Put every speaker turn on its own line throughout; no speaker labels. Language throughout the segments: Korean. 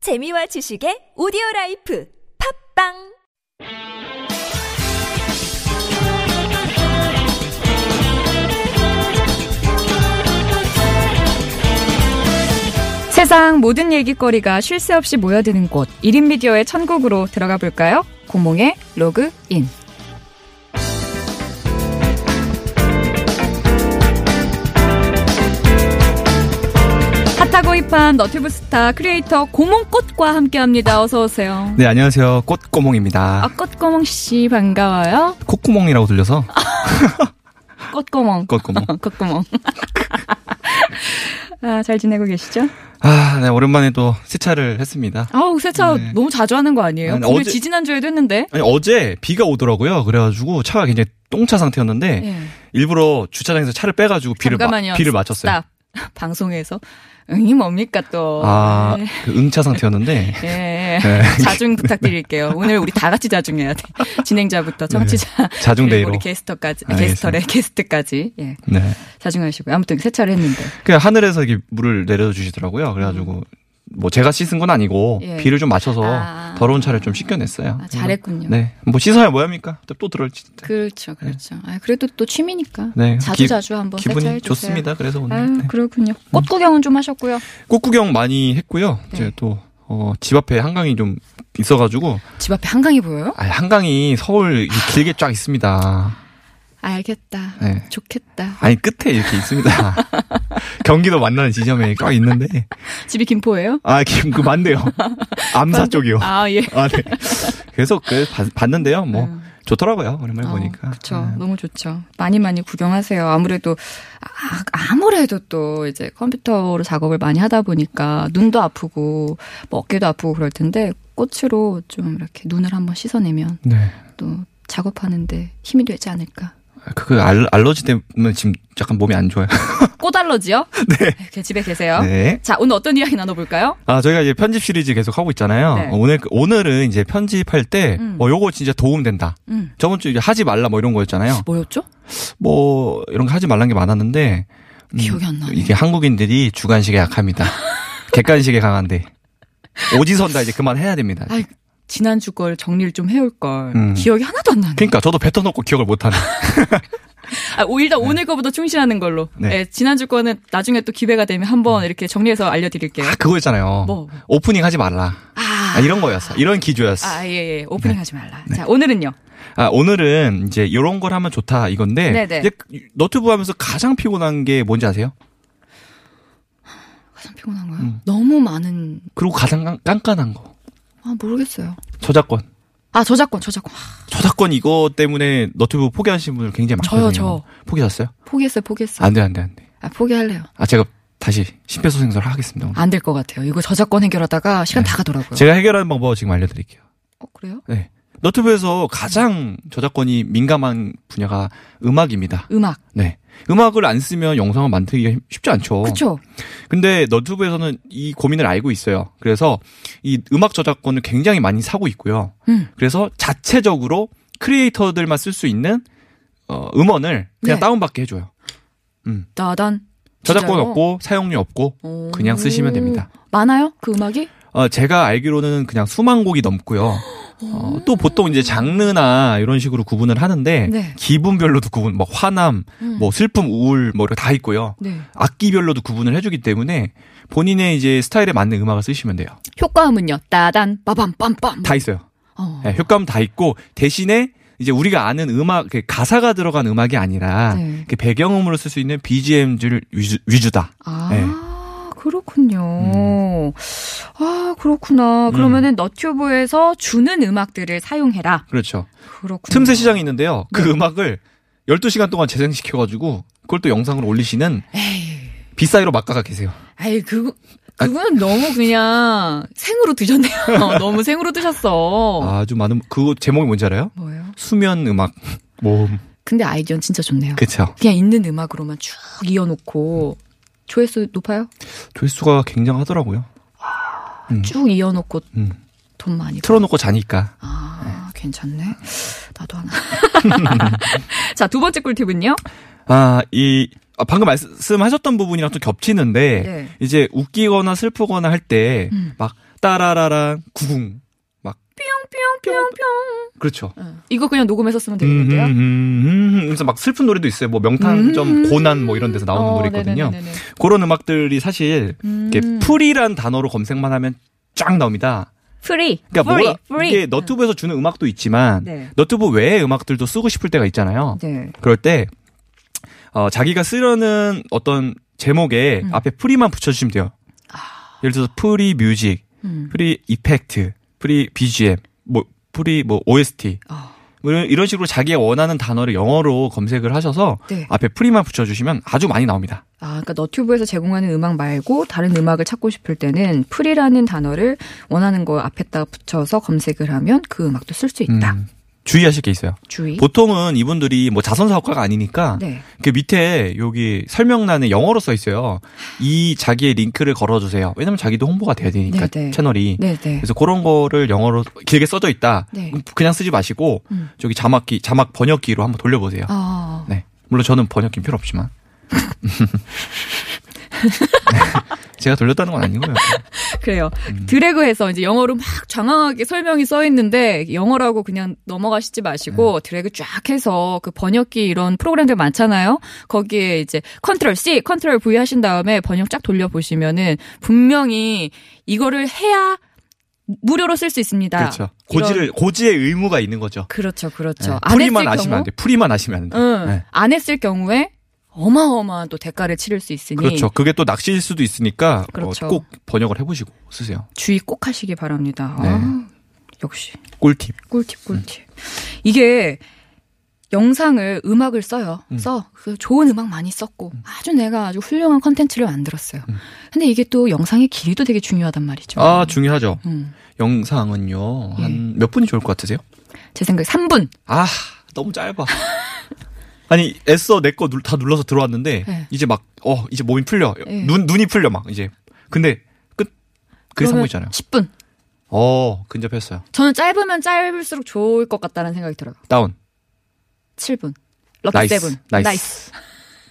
재미와 지식의 오디오 라이프 팝빵
세상 모든 얘기거리가 쉴 새 없이 모여드는 곳 1인 미디어의 천국으로 들어가 볼까요? 공몽의 로그인 핫하고 힙한 너튜브 스타 크리에이터 고몽꽃과 함께합니다. 어서 오세요.
네, 안녕하세요. 꽃구멍입니다.
아 꽃고몽 씨 반가워요.
콧구멍이라고 들려서
아. 꽃고몽
꽃구멍.
어, 꽃고몽. 아, 잘 지내고 계시죠?
아, 네, 오랜만에 또 세차를 했습니다.
아우 세차
네.
너무 자주 하는 거 아니에요?
아니,
오늘
어제-
지지난 주에도 했는데.
아니, 어제 비가 오더라고요. 그래가지고 차가 굉장히 똥차 상태였는데
예.
일부러 주차장에서 차를 빼가지고 비를 마,
잠깐만요.
비를 맞췄어요.
스탑. 방송에서 응이 뭡니까 또.
아,
네.
그 응차 상태였는데
예.
네.
자중 부탁드릴게요. 오늘 우리 다 같이 자중해야 돼. 진행자부터 청취자 그리고
네. 자중대의로.
우리 게스트까지
알겠습니다.
게스터래 게스트까지 예.
네,
자중하시고요. 아무튼 세차를 했는데
그냥 하늘에서 이렇게 물을 내려주시더라고요. 그래가지고 뭐 제가 씻은 건 아니고
음. 예.
비를 좀 맞춰서
아.
더러운 차를 좀 씻겨냈어요.
아, 잘했군요.
네, 뭐 씻어야 뭐합니까? 또 들을지.
그렇죠, 그렇죠. 아, 그래도 또 취미니까
네,
자주
기-
자주 한번 세차해
기분이
주세요.
좋습니다. 그래서 오늘
아유,
네.
그렇군요. 꽃 구경은 좀 하셨고요.
꽃 구경 많이 했고요.
네.
이제 또, 어, 집 앞에 한강이 좀 있어가지고,
집 앞에 한강이 보여요?
아, 한강이 서울 이렇게 길게 쫙 있습니다.
알겠다.
네.
좋겠다.
아니, 끝에 이렇게 있습니다. 경기도 만나는 지점에 쫙 있는데,
집이 김포예요?
아, 지금 그 맞네요. 암사 쪽이요.
아, 예.
아, 네. 그래서 그 봤- 봤는데요. 뭐,
음.
좋더라고요. 오랜만에 보니까.
그렇죠.
네.
너무 좋죠. 많이 많이 구경하세요. 아무래도 아, 아무래도 또 이제 컴퓨터로 작업을 많이 하다 보니까 눈도 아프고 뭐 어깨도 아프고 그럴 텐데 꽃으로 좀 이렇게 눈을 한번 씻어내면
네.
또 작업하는데 힘이 되지 않을까.
아, 그, 알, 알러지 때문에 지금 약간 몸이 안 좋아요.
꽃 알러지요? 네. 집에 계세요.
네.
자, 오늘 어떤 이야기 나눠볼까요?
아, 저희가 이제 편집 시리즈 계속 하고 있잖아요.
네.
어, 오늘, 오늘은 이제 편집할 때,
음.
어, 요거 진짜 도움된다.
음.
저번 주에 이제 하지 말라 뭐 이런 거였잖아요.
뭐였죠?
뭐 이런 거 하지 말란 게 많았는데 음,
기억이 안 나네.
이게 한국인들이 주관식에 약합니다. 객관식에 강한데 오지선다 이제 그만 해야 됩니다.
아이, 네. 지난주 걸 정리를 좀 해올 걸.
음.
기억이 하나도 안 나네.
그러니까 저도 뱉어놓고 기억을 못하는.
아, 오, 일단 오늘 거보다 충실하는 걸로.
네. 음.
예, 지난주 거는 나중에 또 기회가 되면 한번 이렇게 정리해서 알려드릴게요.
아 그거 있잖아요.
뭐?
오프닝 하지 말라.
아,
아, 이런 거였어. 이런 기조였어.
아, 예, 예.
네.
오프닝 하지 말라. 자, 오늘은요.
아, 오늘은 이제 이런 걸 하면 좋다 이건데
네네.
이제 너튜브 하면서 가장 피곤한 게 뭔지 아세요?
가장 피곤한 거요?
음.
너무 많은,
그리고 가장 깐- 깐깐한 거
아, 모르겠어요.
저작권.
아, 저작권, 저작권. 아,
저작권 이거 때문에 너튜브 포기하신 분들 굉장히
저요,
많거든요.
저.
포기하셨어요?
포기했어요, 포기했어요.
안 돼, 안 돼, 안 돼.
아, 포기할래요.
아 제가 다시 심폐소생술을 하겠습니다. 오늘.
안 될 것 같아요. 이거 저작권 해결하다가 시간 다 가더라고요.
네. 제가 해결하는 방법 지금 알려드릴게요.
어, 그래요?
네. 너튜브에서 가장 저작권이 민감한 분야가 음악입니다.
음악.
네. 음악을 안 쓰면 영상을 만들기가 힘- 쉽지 않죠.
그쵸?
근데 너튜브에서는 이 고민을 알고 있어요. 그래서 이 음악 저작권을 굉장히 많이 사고 있고요.
음.
그래서 자체적으로 크리에이터들만 쓸 수 있는 어, 음원을 그냥
네.
다운받게 해줘요.
따단.
저작권
진짜요?
없고 사용료 없고
오.
그냥 쓰시면 됩니다.
많아요? 그 음악이?
어, 제가 알기로는 그냥 수만 곡이 넘고요. 어, 또 보통 이제 장르나 이런 식으로 구분을 하는데
음. 네.
기분별로도 구분, 뭐 화남,
음.
뭐 슬픔, 우울, 뭐 이렇게 다 있고요.
네.
악기별로도 구분을 해주기 때문에 본인의 이제 스타일에 맞는 음악을 쓰시면 돼요.
효과음은요. 따단 빠밤 빰빰.
다 있어요.
어.
네, 효과음 다 있고 대신에 이제 우리가 아는 음악, 그 가사가 들어간 음악이 아니라
네.
그 배경음으로 쓸 수 있는 BGM들 위주, 위주다.
아.
네. 음.
그렇군요. 아, 그렇구나. 그러면은 너튜브에서 주는 음악들을 사용해라.
그렇죠.
그렇군요.
틈새 시장이 있는데요.
네.
그 음악을 12시간 동안 재생시켜가지고 그걸 또 영상으로 올리시는
에이.
비싸이로 막가가 계세요.
아이, 그 그건 너무 그냥 생으로 드셨네요. 너무 생으로 드셨어.
아주 많은 그 제목이 뭔지 알아요?
뭐예요?
수면 음악 모음.
근데 아이디어는 진짜 좋네요.
그쵸.
그냥 있는 음악으로만 쭉 이어놓고 조회수 높아요?
조회수가 굉장하더라고요. 음.
쭉 이어놓고
음.
돈 많이
틀어놓고 자니까.
아, 괜찮네. 나도 하나. 자, 두 번째 꿀팁은요?
아, 이 아, 방금 말씀하셨던 부분이랑 좀 겹치는데
네. 음.
이제 웃기거나 슬프거나 할 때 막 따라라라 구궁 막 뿅뿅뿅뿅 그렇죠.
이거 네, 그냥 녹음해서 쓰면 되겠는데요?
음흠, 음흠. 그래서 막 슬픈 노래도 있어요. 뭐 명탐정
음.
고난 뭐 이런 데서 나오는
어,
노래 있거든요.
네네네네네.
그런 음악들이 사실 이렇게
음.
풀이란 단어로 검색만 하면 쫙 나옵니다.
프리.
그러니까
프리.
뭐가 이게 너튜브에서 주는 음악도 있지만
네.
너튜브 외의 음악들도 쓰고 싶을 때가 있잖아요.
네.
그럴 때 어, 자기가 쓰려는 어떤 제목에
음. 아.
앞에 프리만 붙여주시면 돼요. 예를 들어서 프리 뮤직,
음.
프리 이펙트, 프리 BGM, 뭐 프리 뭐 OST
아.
뭐 이런- 이런 식으로 자기가 원하는 단어를 영어로 검색을 하셔서
네.
앞에 프리만 붙여주시면 아주 많이 나옵니다.
아, 그러니까 너튜브에서 제공하는 음악 말고 다른 음악을 찾고 싶을 때는 풀이라는 단어를 원하는 거 앞에다 붙여서 검색을 하면 그 음악도 쓸 수 있다.
음, 주의하실 게 있어요.
주의.
보통은 이분들이 뭐 자선 사업가가 아니니까
네.
그 밑에 여기 설명란에 영어로 써 있어요. 이 자기의 링크를 걸어주세요. 왜냐면 자기도 홍보가 돼야 되니까
네, 네.
채널이.
네, 네.
그래서 그런 거를 영어로 길게 써져 있다.
네.
그럼 그냥 쓰지 마시고
음.
저기 자막기 자막 번역기로 한번 돌려보세요.
아.
네. 물론 저는 번역기 필요 없지만. 제가 돌렸다는 건 아니고요.
그래요.
음.
드래그해서 이제 영어로 막 장황하게 설명이 써 있는데 영어라고 그냥 넘어가시지 마시고
네.
드래그 쫙 해서 그 번역기 이런 프로그램들 많잖아요. 거기에 이제 컨트롤 C, 컨트롤 V 하신 다음에 번역 쫙 돌려 보시면은 분명히 이거를 해야 무료로 쓸 수 있습니다.
그렇죠.
아, 이런-
고지를 고지의 의무가 있는 거죠.
그렇죠, 그렇죠.
네.
안 했을
풀이만 아시면
경우,
안 돼. 풀이만 아시면 안 돼.
응,
네.
안 했을 경우에 어마어마한 또 대가를 치를 수 있으니
그렇죠. 그게 또 낚시일 수도 있으니까 어,
그렇죠.
꼭 번역을 해보시고 쓰세요.
주의 꼭 하시기 바랍니다.
네.
아, 역시.
꿀팁.
꿀팁
음.
꿀팁. 이게 영상을 음악을 써요. 써. 그 좋은 음악 많이 썼고 아주 내가 아주 훌륭한 컨텐츠를 만들었어요. 근데 이게 또 영상의 길이도 되게 중요하단 말이죠.
음. 아 중요하죠.
음.
영상은요 한
예.
몇 분이 좋을 것 같으세요?
제 생각에 3분.
아 너무 짧아. 아니 애써 내 거 다 눌러서 들어왔는데
네.
이제 막 어 이제 몸이 풀려
네.
눈 눈이 풀려 막 이제 근데 끝 그게
그러면
3분이잖아요.
10분.
어 근접했어요.
저는 짧으면 짧을수록 좋을 것 같다는 생각이 들어요.
다운.
7분. 럭키
나이스.
7.
나이스.
나이스.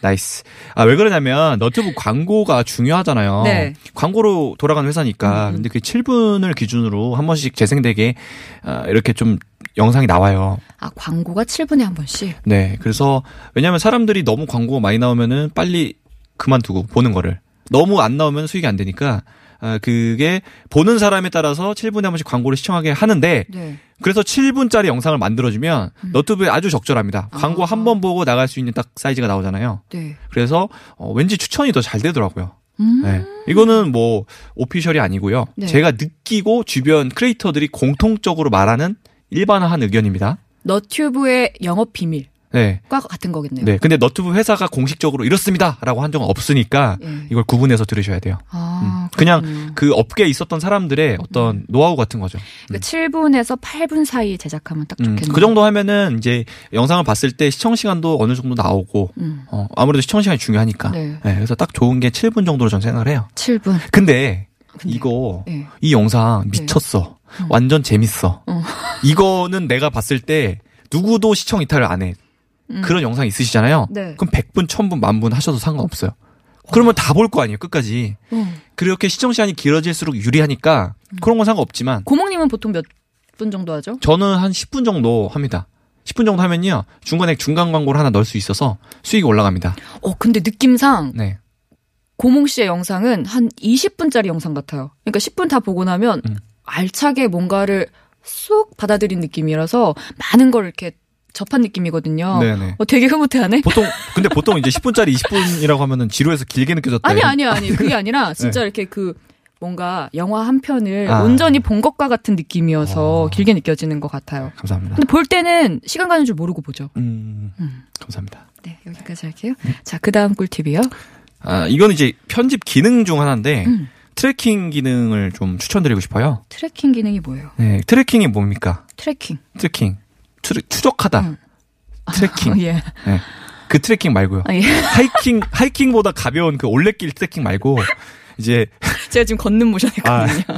나이스. 아, 왜 그러냐면, 너튜브 광고가 중요하잖아요.
네. 음,
광고로 돌아가는 회사니까. 근데 그 7분을 기준으로 한 번씩 재생되게, 아, 이렇게 좀 영상이 나와요.
아, 광고가 7분에 한 번씩.
네. 그래서, 왜냐면 사람들이 너무 광고가 많이 나오면은 빨리 그만두고, 보는 거를. 너무 안 나오면 수익이 안 되니까, 아, 그게 보는 사람에 따라서 7분에 한 번씩 광고를 시청하게 하는데,
네.
그래서 7분짜리 영상을 만들어주면 너튜브에 아주 적절합니다. 광고
음. 아.
한 번 보고 나갈 수 있는 딱 사이즈가 나오잖아요.
네.
그래서 어, 왠지 추천이 더 잘 되더라고요.
음.
네. 이거는 뭐 오피셜이 아니고요.
네.
제가 느끼고 주변 크리에이터들이 공통적으로 말하는 일반화한 의견입니다.
너튜브의 영업 비밀과
네.
같은 거겠네요.
네. 근데 너튜브 회사가 공식적으로 이렇습니다라고 한 적은 없으니까
예.
이걸 구분해서 들으셔야 돼요.
아,
음. 그냥
그렇군요. 음.
그 업계에 있었던 사람들의 어떤 노하우 같은 거죠.
그 7분에서 8분 사이 제작하면 딱
음,
좋겠네요.
그 정도 하면은 이제 영상을 봤을 때 시청 시간도 어느 정도 나오고
음.
어, 아무래도 시청 시간이 중요하니까.
네.
네, 그래서 딱 좋은 게 7분 정도로 저는 생각을 해요.
7분.
근데,
근데,
이거
네.
이 영상 미쳤어. 완전 재밌어.
어.
이거는 내가 봤을 때 누구도 시청 이탈을 안 해. 그런 영상 있으시잖아요.
네.
그럼 100분, 1000분, 10,000분 하셔도 상관없어요. 그러면 다 볼 거 아니에요, 끝까지.
음.
그렇게 시청 시간이 길어질수록 유리하니까 그런 건 상관없지만
고목님은 보통 몇 분 정도 하죠?
저는 한 10분 정도 합니다. 10분 정도 하면요. 중간에 중간 광고를 하나 넣을 수 있어서 수익이 올라갑니다.
어, 근데 느낌상
네.
고몽 씨의 영상은 한 20분짜리 영상 같아요. 그러니까 10분 다 보고 나면
음.
알차게 뭔가를 쏙 받아들인 느낌이라서 많은 걸 이렇게 접한 느낌이거든요.
네네.
어, 되게 흐뭇해하네.
보통 근데 보통 이제 10분짜리 20분이라고 하면은 지루해서 길게 느껴졌다.
아니
이런-
아니 아니
네.
그게 아니라 진짜 이렇게 그 뭔가 영화 한 편을
아.
온전히 본 것과 같은 느낌이어서
어.
길게 느껴지는 것 같아요.
감사합니다.
근데 볼 때는 시간 가는 줄 모르고 보죠.
음.
음.
감사합니다.
네, 여기까지 할게요. 자, 그 다음 꿀팁이요.
아, 이건 이제 편집 기능 중 하나인데
음.
트래킹 기능을 좀 추천드리고 싶어요.
트래킹 기능이 뭐예요?
네, 트래킹이 뭡니까?
트래킹.
트래킹. 추, 추적하다.
음.
트래킹.
예.
네. 그 트래킹 말고요.
아, 예.
하이킹 하이킹보다 가벼운 그 올레길 트래킹 말고 이제
제가 지금 걷는 모션했거든요.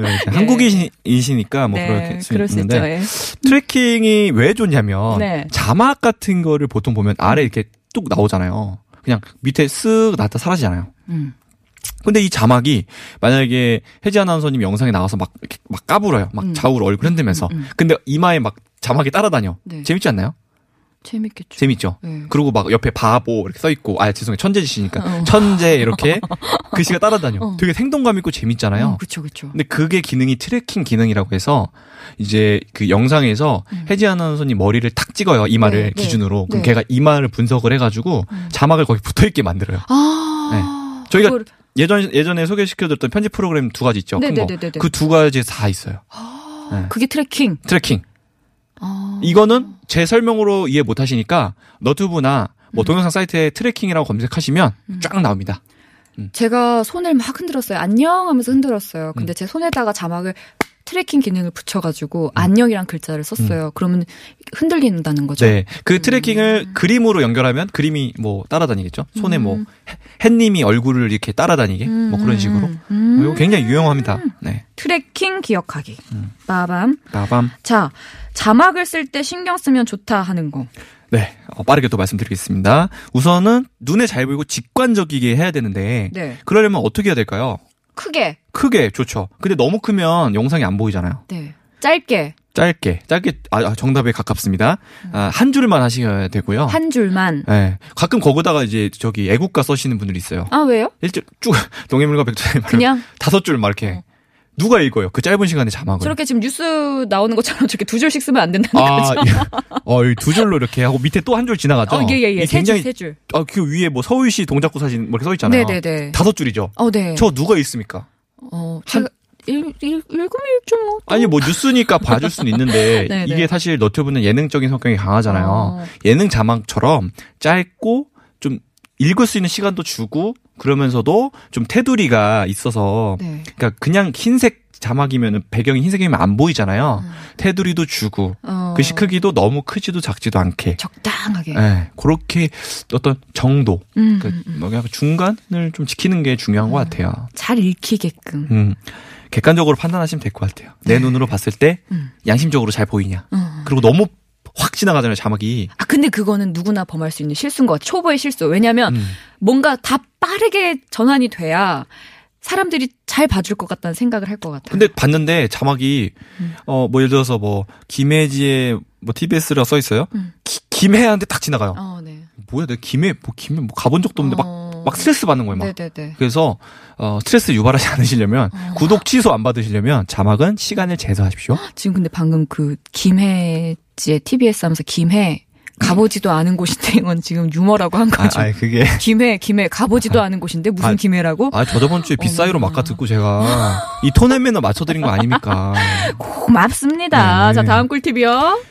네, 한국인이시니까 뭐 그렇게 수
네, 그럴 수 있죠.
있는데
예.
트래킹이 왜 좋냐면
네.
자막 같은 거를 보통 보면 아래 이렇게 뚝 나오잖아요. 그냥 밑에 쓱 놨다 사라지잖아요.
음.
근데 이 자막이 만약에 혜지 아나운서님 영상에 나와서 막 이렇게 막 까불어요. 막
음.
좌우로 얼굴 흔들면서.
음, 음.
근데 이마에 막 자막이 따라다녀.
네.
재밌지 않나요?
재밌겠죠.
재밌죠.
네.
그리고 막 옆에 바보 이렇게 써 있고 아 죄송해요 천재지시니까
어.
천재 이렇게 글씨가 따라다녀.
어.
되게 생동감 있고 재밌잖아요. 네.
그렇죠, 그렇죠.
근데 그게 기능이 트래킹 기능이라고 해서 이제 그 영상에서 혜지 아나운서님 머리를 탁 찍어요 이마를
음. 네, 네.
기준으로 그럼
네. 음.
걔가 이마를 분석을 해가지고 자막을 거기 붙어 있게 만들어요.
아,
저희가
그걸-
예전 예전에 소개시켜드렸던 편집 프로그램 두 가지 있죠.
네네네네네.
큰 거. 그 두 가지 다 있어요. 네.
그게 트래킹.
트래킹.
아,
이거는 제 설명으로 이해 못 하시니까 너튜브나
음.
뭐 동영상 사이트에 트래킹이라고 검색하시면 쫙 나옵니다.
제가 손을 막 흔들었어요. 안녕 하면서
음.
흔들었어요. 근데 제 손에다가 자막을 트래킹 기능을 붙여가지고
음.
안녕이란 글자를 썼어요. 그러면 흔들린다는 거죠.
네.
음.
그 트래킹을 그림으로 연결하면 그림이 뭐 따라다니겠죠. 손에
음.
뭐 햇님이 얼굴을 이렇게 따라다니게 뭐 그런 식으로.
음.
이거 굉장히 유용합니다. 네.
트래킹 기억하기.
음.
빠밤.
나밤.
자, 자막을 쓸 때 신경 쓰면 좋다 하는 거.
네. 어, 빠르게 또 말씀드리겠습니다. 우선은 눈에 잘 보이고 직관적이게 해야 되는데
네.
그러려면 어떻게 해야 될까요?
크게.
크게 좋죠. 근데 너무 크면 영상이 안 보이잖아요.
네. 짧게.
짧게, 짧게, 아, 아, 정답에 가깝습니다. 아, 한 줄만 하셔야 되고요.
한 줄만.
예. 가끔 거기다가 이제 저기 애국가 써시는 분들이 있어요.
아, 왜요?
일절 쭉 동해물과 백두산의 말을
그냥
다섯 줄 막 이렇게 누가 읽어요? 그 짧은 시간에 자막을.
저렇게 지금 뉴스 나오는 것처럼 저렇게 두 줄씩 쓰면 안 된다는
아,
거죠.
예. 어, 이두 줄로 이렇게 하고 밑에 또 한 줄 지나가죠.
어, 예, 예, 예.
이게
세 줄,
굉장히
세 줄.
아, 그 위에 뭐 서울시 동작구 사진 뭐 이렇게 써 있잖아요.
네네네.
다섯 줄이죠.
어, 네.
저 누가 읽습니까?
어, 제가 읽, 읽, 읽으면 읽죠, 뭐. 또.
아니 뭐 뉴스니까 봐줄 수는 있는데
네, 네.
이게 사실 너튜브는 예능적인 성격이 강하잖아요.
어.
예능 자막처럼 짧고 좀 읽을 수 있는 시간도 주고 그러면서도 좀 테두리가 있어서
네.
그러니까 그냥 흰색 자막이면 배경이 흰색이면 안 보이잖아요.
음.
테두리도 주고
어,
글씨 크기도 너무 크지도 작지도 않게.
적당하게.
예, 그렇게 어떤 정도,
음,
그
음, 음.
뭐 약간 중간을 좀 지키는 게 중요한 것 같아요.
잘 읽히게끔.
음, 객관적으로 판단하시면 될 것 같아요. 내 눈으로 봤을 때
네. 음.
양심적으로 잘 보이냐.
어.
그리고 너무 확 지나가잖아요 자막이.
아, 근데 그거는 누구나 범할 수 있는 실수인 것 같아. 초보의 실수. 왜냐면
음.
뭔가 다 빠르게 전환이 돼야 사람들이 잘 봐줄 것 같다는 생각을 할 것 같아요.
근데 봤는데 자막이
음.
어 뭐 예를 들어서 뭐 김혜지의 뭐 TBS라고 써 있어요.
음.
기- 김혜한테 딱 지나가요.
어, 네.
뭐야 내가 김해 뭐 김해 뭐 가본 적도 없는데 막
어.
막 스트레스 받는 거예요 막.
네네네.
그래서 어 스트레스 유발하지 않으시려면
어.
구독 취소 안 받으시려면 자막은 시간을 제어하십시오.
지금 근데 방금 그 김해지의 TBS 하면서 김해 가보지도 않은 곳인데 이건 지금 유머라고 한
아,
거죠.
아 그게
김해 김해 가보지도 않은 곳인데 무슨
아,
김해라고?
아 저저번 주에 비싸이로 막가 듣고 제가 이 톤앤매너 맞춰드린 거 아닙니까?
고맙습니다.
네.
자 다음 꿀팁이요.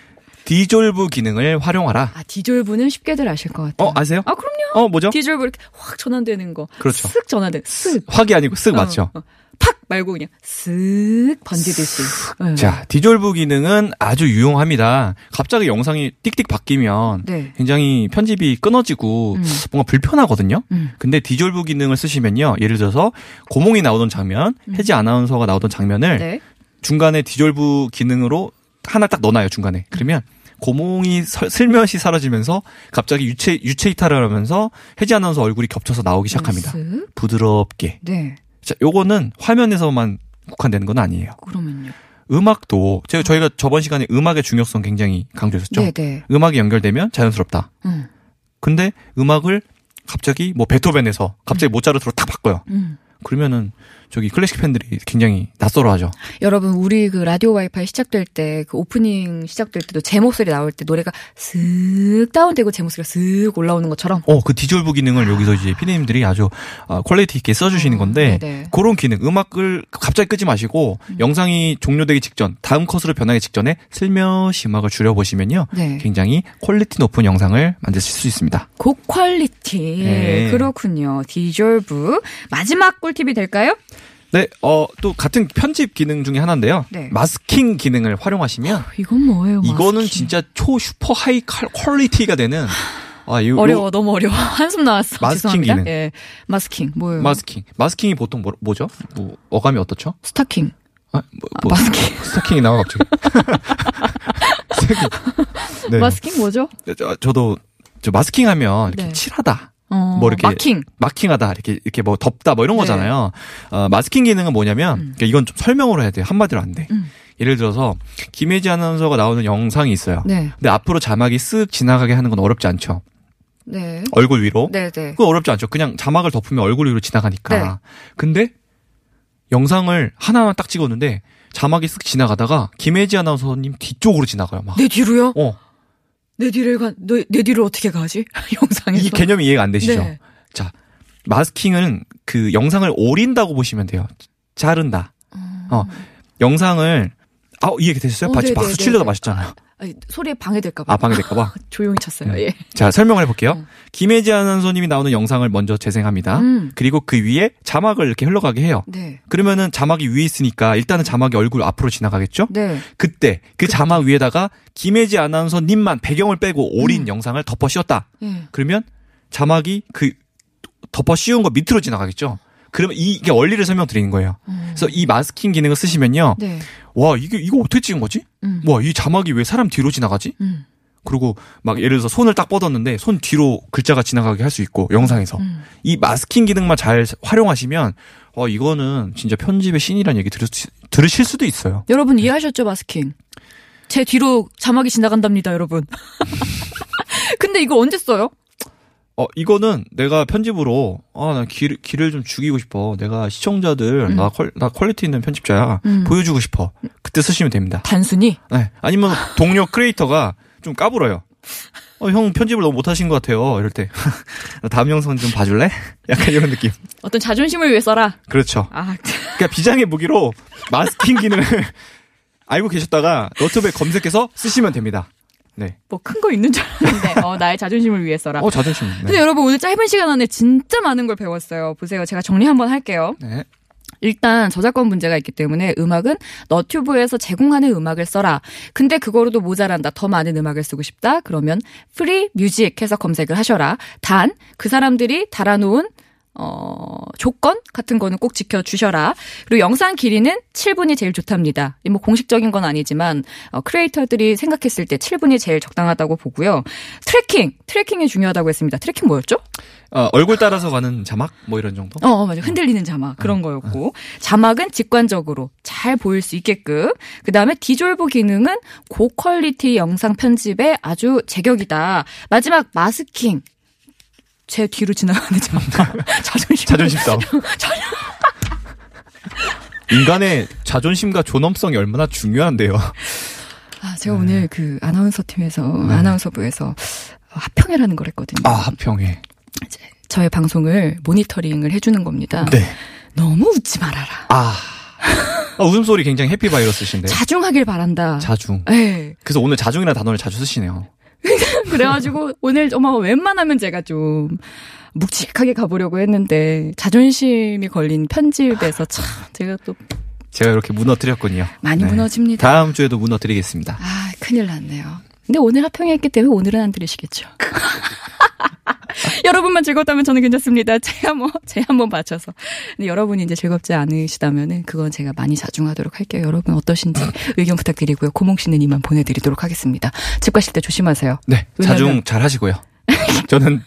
디졸브 기능을 활용하라.
아 디졸브는 쉽게들 아실 것 같아요.
어 아세요?
아 그럼요.
어 뭐죠?
디졸브 이렇게 확 전환되는 거.
그렇죠.
쓱 전환돼. 쓱.
확이 아니고 쓱 맞죠?
어, 어. 팍 말고 그냥 쓱 번지듯이. 네.
자, 디졸브 기능은 아주 유용합니다. 갑자기 영상이 띡띡 바뀌면
네.
굉장히 편집이 끊어지고
음.
뭔가 불편하거든요.
음.
근데 디졸브 기능을 쓰시면요. 예를 들어서 고몽이 나오던 장면, 해지 아나운서가 나오던 장면을
음. 네.
중간에 디졸브 기능으로 하나 딱 넣어놔요,
음.
중간에. 그러면 고몽이 설- 슬며시 사라지면서 갑자기 유체, 유체 이탈을 하면서 해지 아나운서 얼굴이 겹쳐서 나오기 시작합니다.
쓱.
부드럽게.
네.
자, 요거는 화면에서만 국한되는 건 아니에요.
그러면요.
음악도 제가 저희가 저번 시간에 음악의 중요성 굉장히 강조했었죠.
네네.
음악이 연결되면 자연스럽다.
음.
근데 음악을 갑자기 뭐 베토벤에서 갑자기 모차르트로 탁 바꿔요.
음.
그러면은 저기 클래식 팬들이 굉장히 낯설어하죠.
여러분 우리 그 라디오 와이파이 시작될 때 그 오프닝 시작될 때도 제 목소리 나올 때 노래가 쓱 다운되고 제 목소리가 쓱 올라오는 것처럼
어, 그 디졸브 기능을 여기서 이제 피디님들이 아주 어, 퀄리티 있게 써주시는
어,
건데
네네. 음.
그런 기능, 음악을 갑자기 끄지 마시고 영상이 종료되기 직전, 다음 컷으로 변하기 직전에 슬며시 음악을 줄여보시면요.
네.
굉장히 퀄리티 높은 영상을 만드실 수 있습니다.
고퀄리티
네.
그렇군요 디졸브 마지막 꿀팁이 될까요?
네, 어, 또 같은 편집 기능 중에 하나인데요.
네.
마스킹 기능을 활용하면
이건 뭐예요?
이거는
마스킹?
진짜 초 슈퍼 하이 칼- 퀄리티가 되는 아, 이
어려워
요-
너무 어려워 한숨 나왔어
마스킹
죄송합니다
기능.
예 마스킹 뭐예요?
마스킹. 마스킹이 보통 뭐, 죠 뭐, 어감이 어떻죠?
스타킹
아,
아,
뭐, 뭐,
마스킹
스타킹이 나와 갑자기. 스타킹. 네.
마스킹 뭐죠?
저, 저도 저 마스킹하면 이렇게
네.
칠하다.
어,
뭐 이렇게-
마킹.
마킹하다 이렇게 이렇게 뭐 덮다 뭐 이런
네.
거잖아요. 어, 마스킹 기능은 뭐냐면 그러니까 이건 좀 설명으로 해야 돼요. 한마디로 안 돼.
음.
예를 들어서 김혜지 아나운서가 나오는 영상이 있어요.
네.
근데 앞으로 자막이 쓱 지나가게 하는 건 어렵지 않죠.
네.
얼굴 위로.
네, 네.
그거 어렵지 않죠. 그냥 자막을 덮으면 얼굴 위로 지나가니까.
네.
근데 영상을 하나만 딱 찍었는데 자막이 쓱 지나가다가 김혜지 아나운서님 뒤쪽으로 지나가요. 막.
내 뒤로요?
어.
내 뒤를 가, 내, 내 뒤를 어떻게 가지? 영상에서.
이 개념이 이해가 안 되시죠?
음. 네.
자, 마스킹은 그 영상을 오린다고 보시면 돼요. 자른다. 어. 영상을 아, 이해가 되셨어요?
음. 어,
바,
네,
박수
네, 네,
치려다
네.
마셨잖아요.
아니, 소리에 방해될까봐.
아, 방해될까봐. 음.
조용히 쳤어요. 예.
자, 설명을 해볼게요.
음.
김혜지 아나운서님이 나오는 영상을 먼저 재생합니다.
음.
그리고 그 위에 자막을 이렇게 흘러가게 해요.
네.
그러면은 자막이 위에 있으니까 일단은 자막이 얼굴 앞으로 지나가겠죠?
네.
그때 그 자막 위에다가 김혜지 아나운서님만 배경을 빼고
음.
오린 영상을 덮어 씌웠다.
예.
그러면 자막이 그 덮어 씌운 거 밑으로 지나가겠죠? 그러면 이- 이게 원리를 설명드리는 거예요.
음.
그래서 이 마스킹 기능을 쓰시면요.
네.
와, 이게, 이거 어떻게 찍은 거지?
음.
와, 이 자막이 왜 사람 뒤로 지나가지?
음.
그리고 막 예를 들어서 손을 딱 뻗었는데 손 뒤로 글자가 지나가게 할 수 있고 영상에서
음.
이 마스킹 기능만 잘 활용하시면 어 이거는 진짜 편집의 신이라는 얘기 들으, 들으실 수도 있어요.
여러분 이해하셨죠 마스킹? 제 뒤로 자막이 지나간답니다, 여러분. 근데 이거 언제 써요?
어 이거는 내가 편집으로 아나 길을 좀 죽이고 싶어. 내가 시청자들 나, 퀄, 나 퀄리티 있는 편집자야
음.
보여주고 싶어. 그때 쓰시면 됩니다.
단순히
네. 아니면 동료 크리에이터가 좀 까불어요. 어, 형 편집을 너무 못하신 것 같아요. 이럴 때 나 다음 영상 좀 봐줄래? 약간 이런 느낌.
어떤 자존심을 위해 써라.
그렇죠.
아,
그러니까 비장의 무기로 마스킹 기능을 알고 계셨다가 너튜브에 검색해서 쓰시면 됩니다. 네.
뭐 큰 거 있는 줄 알았는데 어, 나의 자존심을 위해 써라.
어 자존심.
근데
네.
여러분 오늘 짧은 시간 안에 진짜 많은 걸 배웠어요. 보세요. 제가 정리 한번 할게요.
네.
일단 저작권 문제가 있기 때문에 음악은 너튜브에서 제공하는 음악을 써라. 근데 그거로도 모자란다. 더 많은 음악을 쓰고 싶다. 그러면 프리 뮤직 해서 검색을 하셔라. 단 그 사람들이 달아놓은 어, 조건 같은 거는 꼭 지켜주셔라. 그리고 영상 길이는 7분이 제일 좋답니다. 이뭐 공식적인 건 아니지만, 어, 크리에이터들이 생각했을 때 7분이 제일 적당하다고 보고요. 트래킹! 트래킹이 중요하다고 했습니다. 트래킹 뭐였죠?
어, 얼굴 따라서 가는 자막 뭐 이런 정도.
어, 어, 맞아. 흔들리는 자막.
음.
그런 거였고. 자막은 직관적으로 잘 보일 수 있게끔. 그 다음에 디졸브 기능은 고퀄리티 영상 편집에 아주 제격이다. 마지막 마스킹. 제 뒤로 지나가는 자막. 자존심.
자존심 싸움. 인간의 자존심과 존엄성이 얼마나 중요한데요.
아, 제가
네.
오늘 그 아나운서 팀에서, 아나운서부에서 합평회를 하는 걸 했거든요.
아 하평해.
저의 방송을 모니터링을 해주는 겁니다.
네.
너무 웃지 말아라.
아. 아, 웃음소리 굉장히 해피 바이러스신데.
자중하길 바란다.
네. 자중.
예.
그래서 오늘 자중이라는 단어를 자주 쓰시네요.
그래가지고 오늘 정말 웬만하면 제가 좀 묵직하게 가보려고 했는데 자존심이 걸린 편집에서 참 제가 또
제가 이렇게 무너뜨렸군요.
많이
네.
무너집니다.
다음 주에도 무너뜨리겠습니다.
아 큰일 났네요. 근데 오늘 합평했기 때문에 오늘은 안 들으시겠죠. 여러분만 즐겁다면 저는 괜찮습니다. 제가 뭐, 제 한번 맞춰서. 근데 여러분이 이제 즐겁지 않으시다면은 그건 제가 많이 자중하도록 할게요. 여러분 어떠신지 의견 부탁드리고요. 고몽 씨는 이만 보내드리도록 하겠습니다. 집 가실 때 조심하세요.
네,
왜냐면-
자중 잘 하시고요. 저는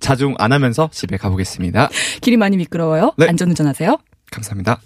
자중 안 하면서 집에 가보겠습니다.
길이 많이 미끄러워요.
네.
안전운전하세요.
감사합니다.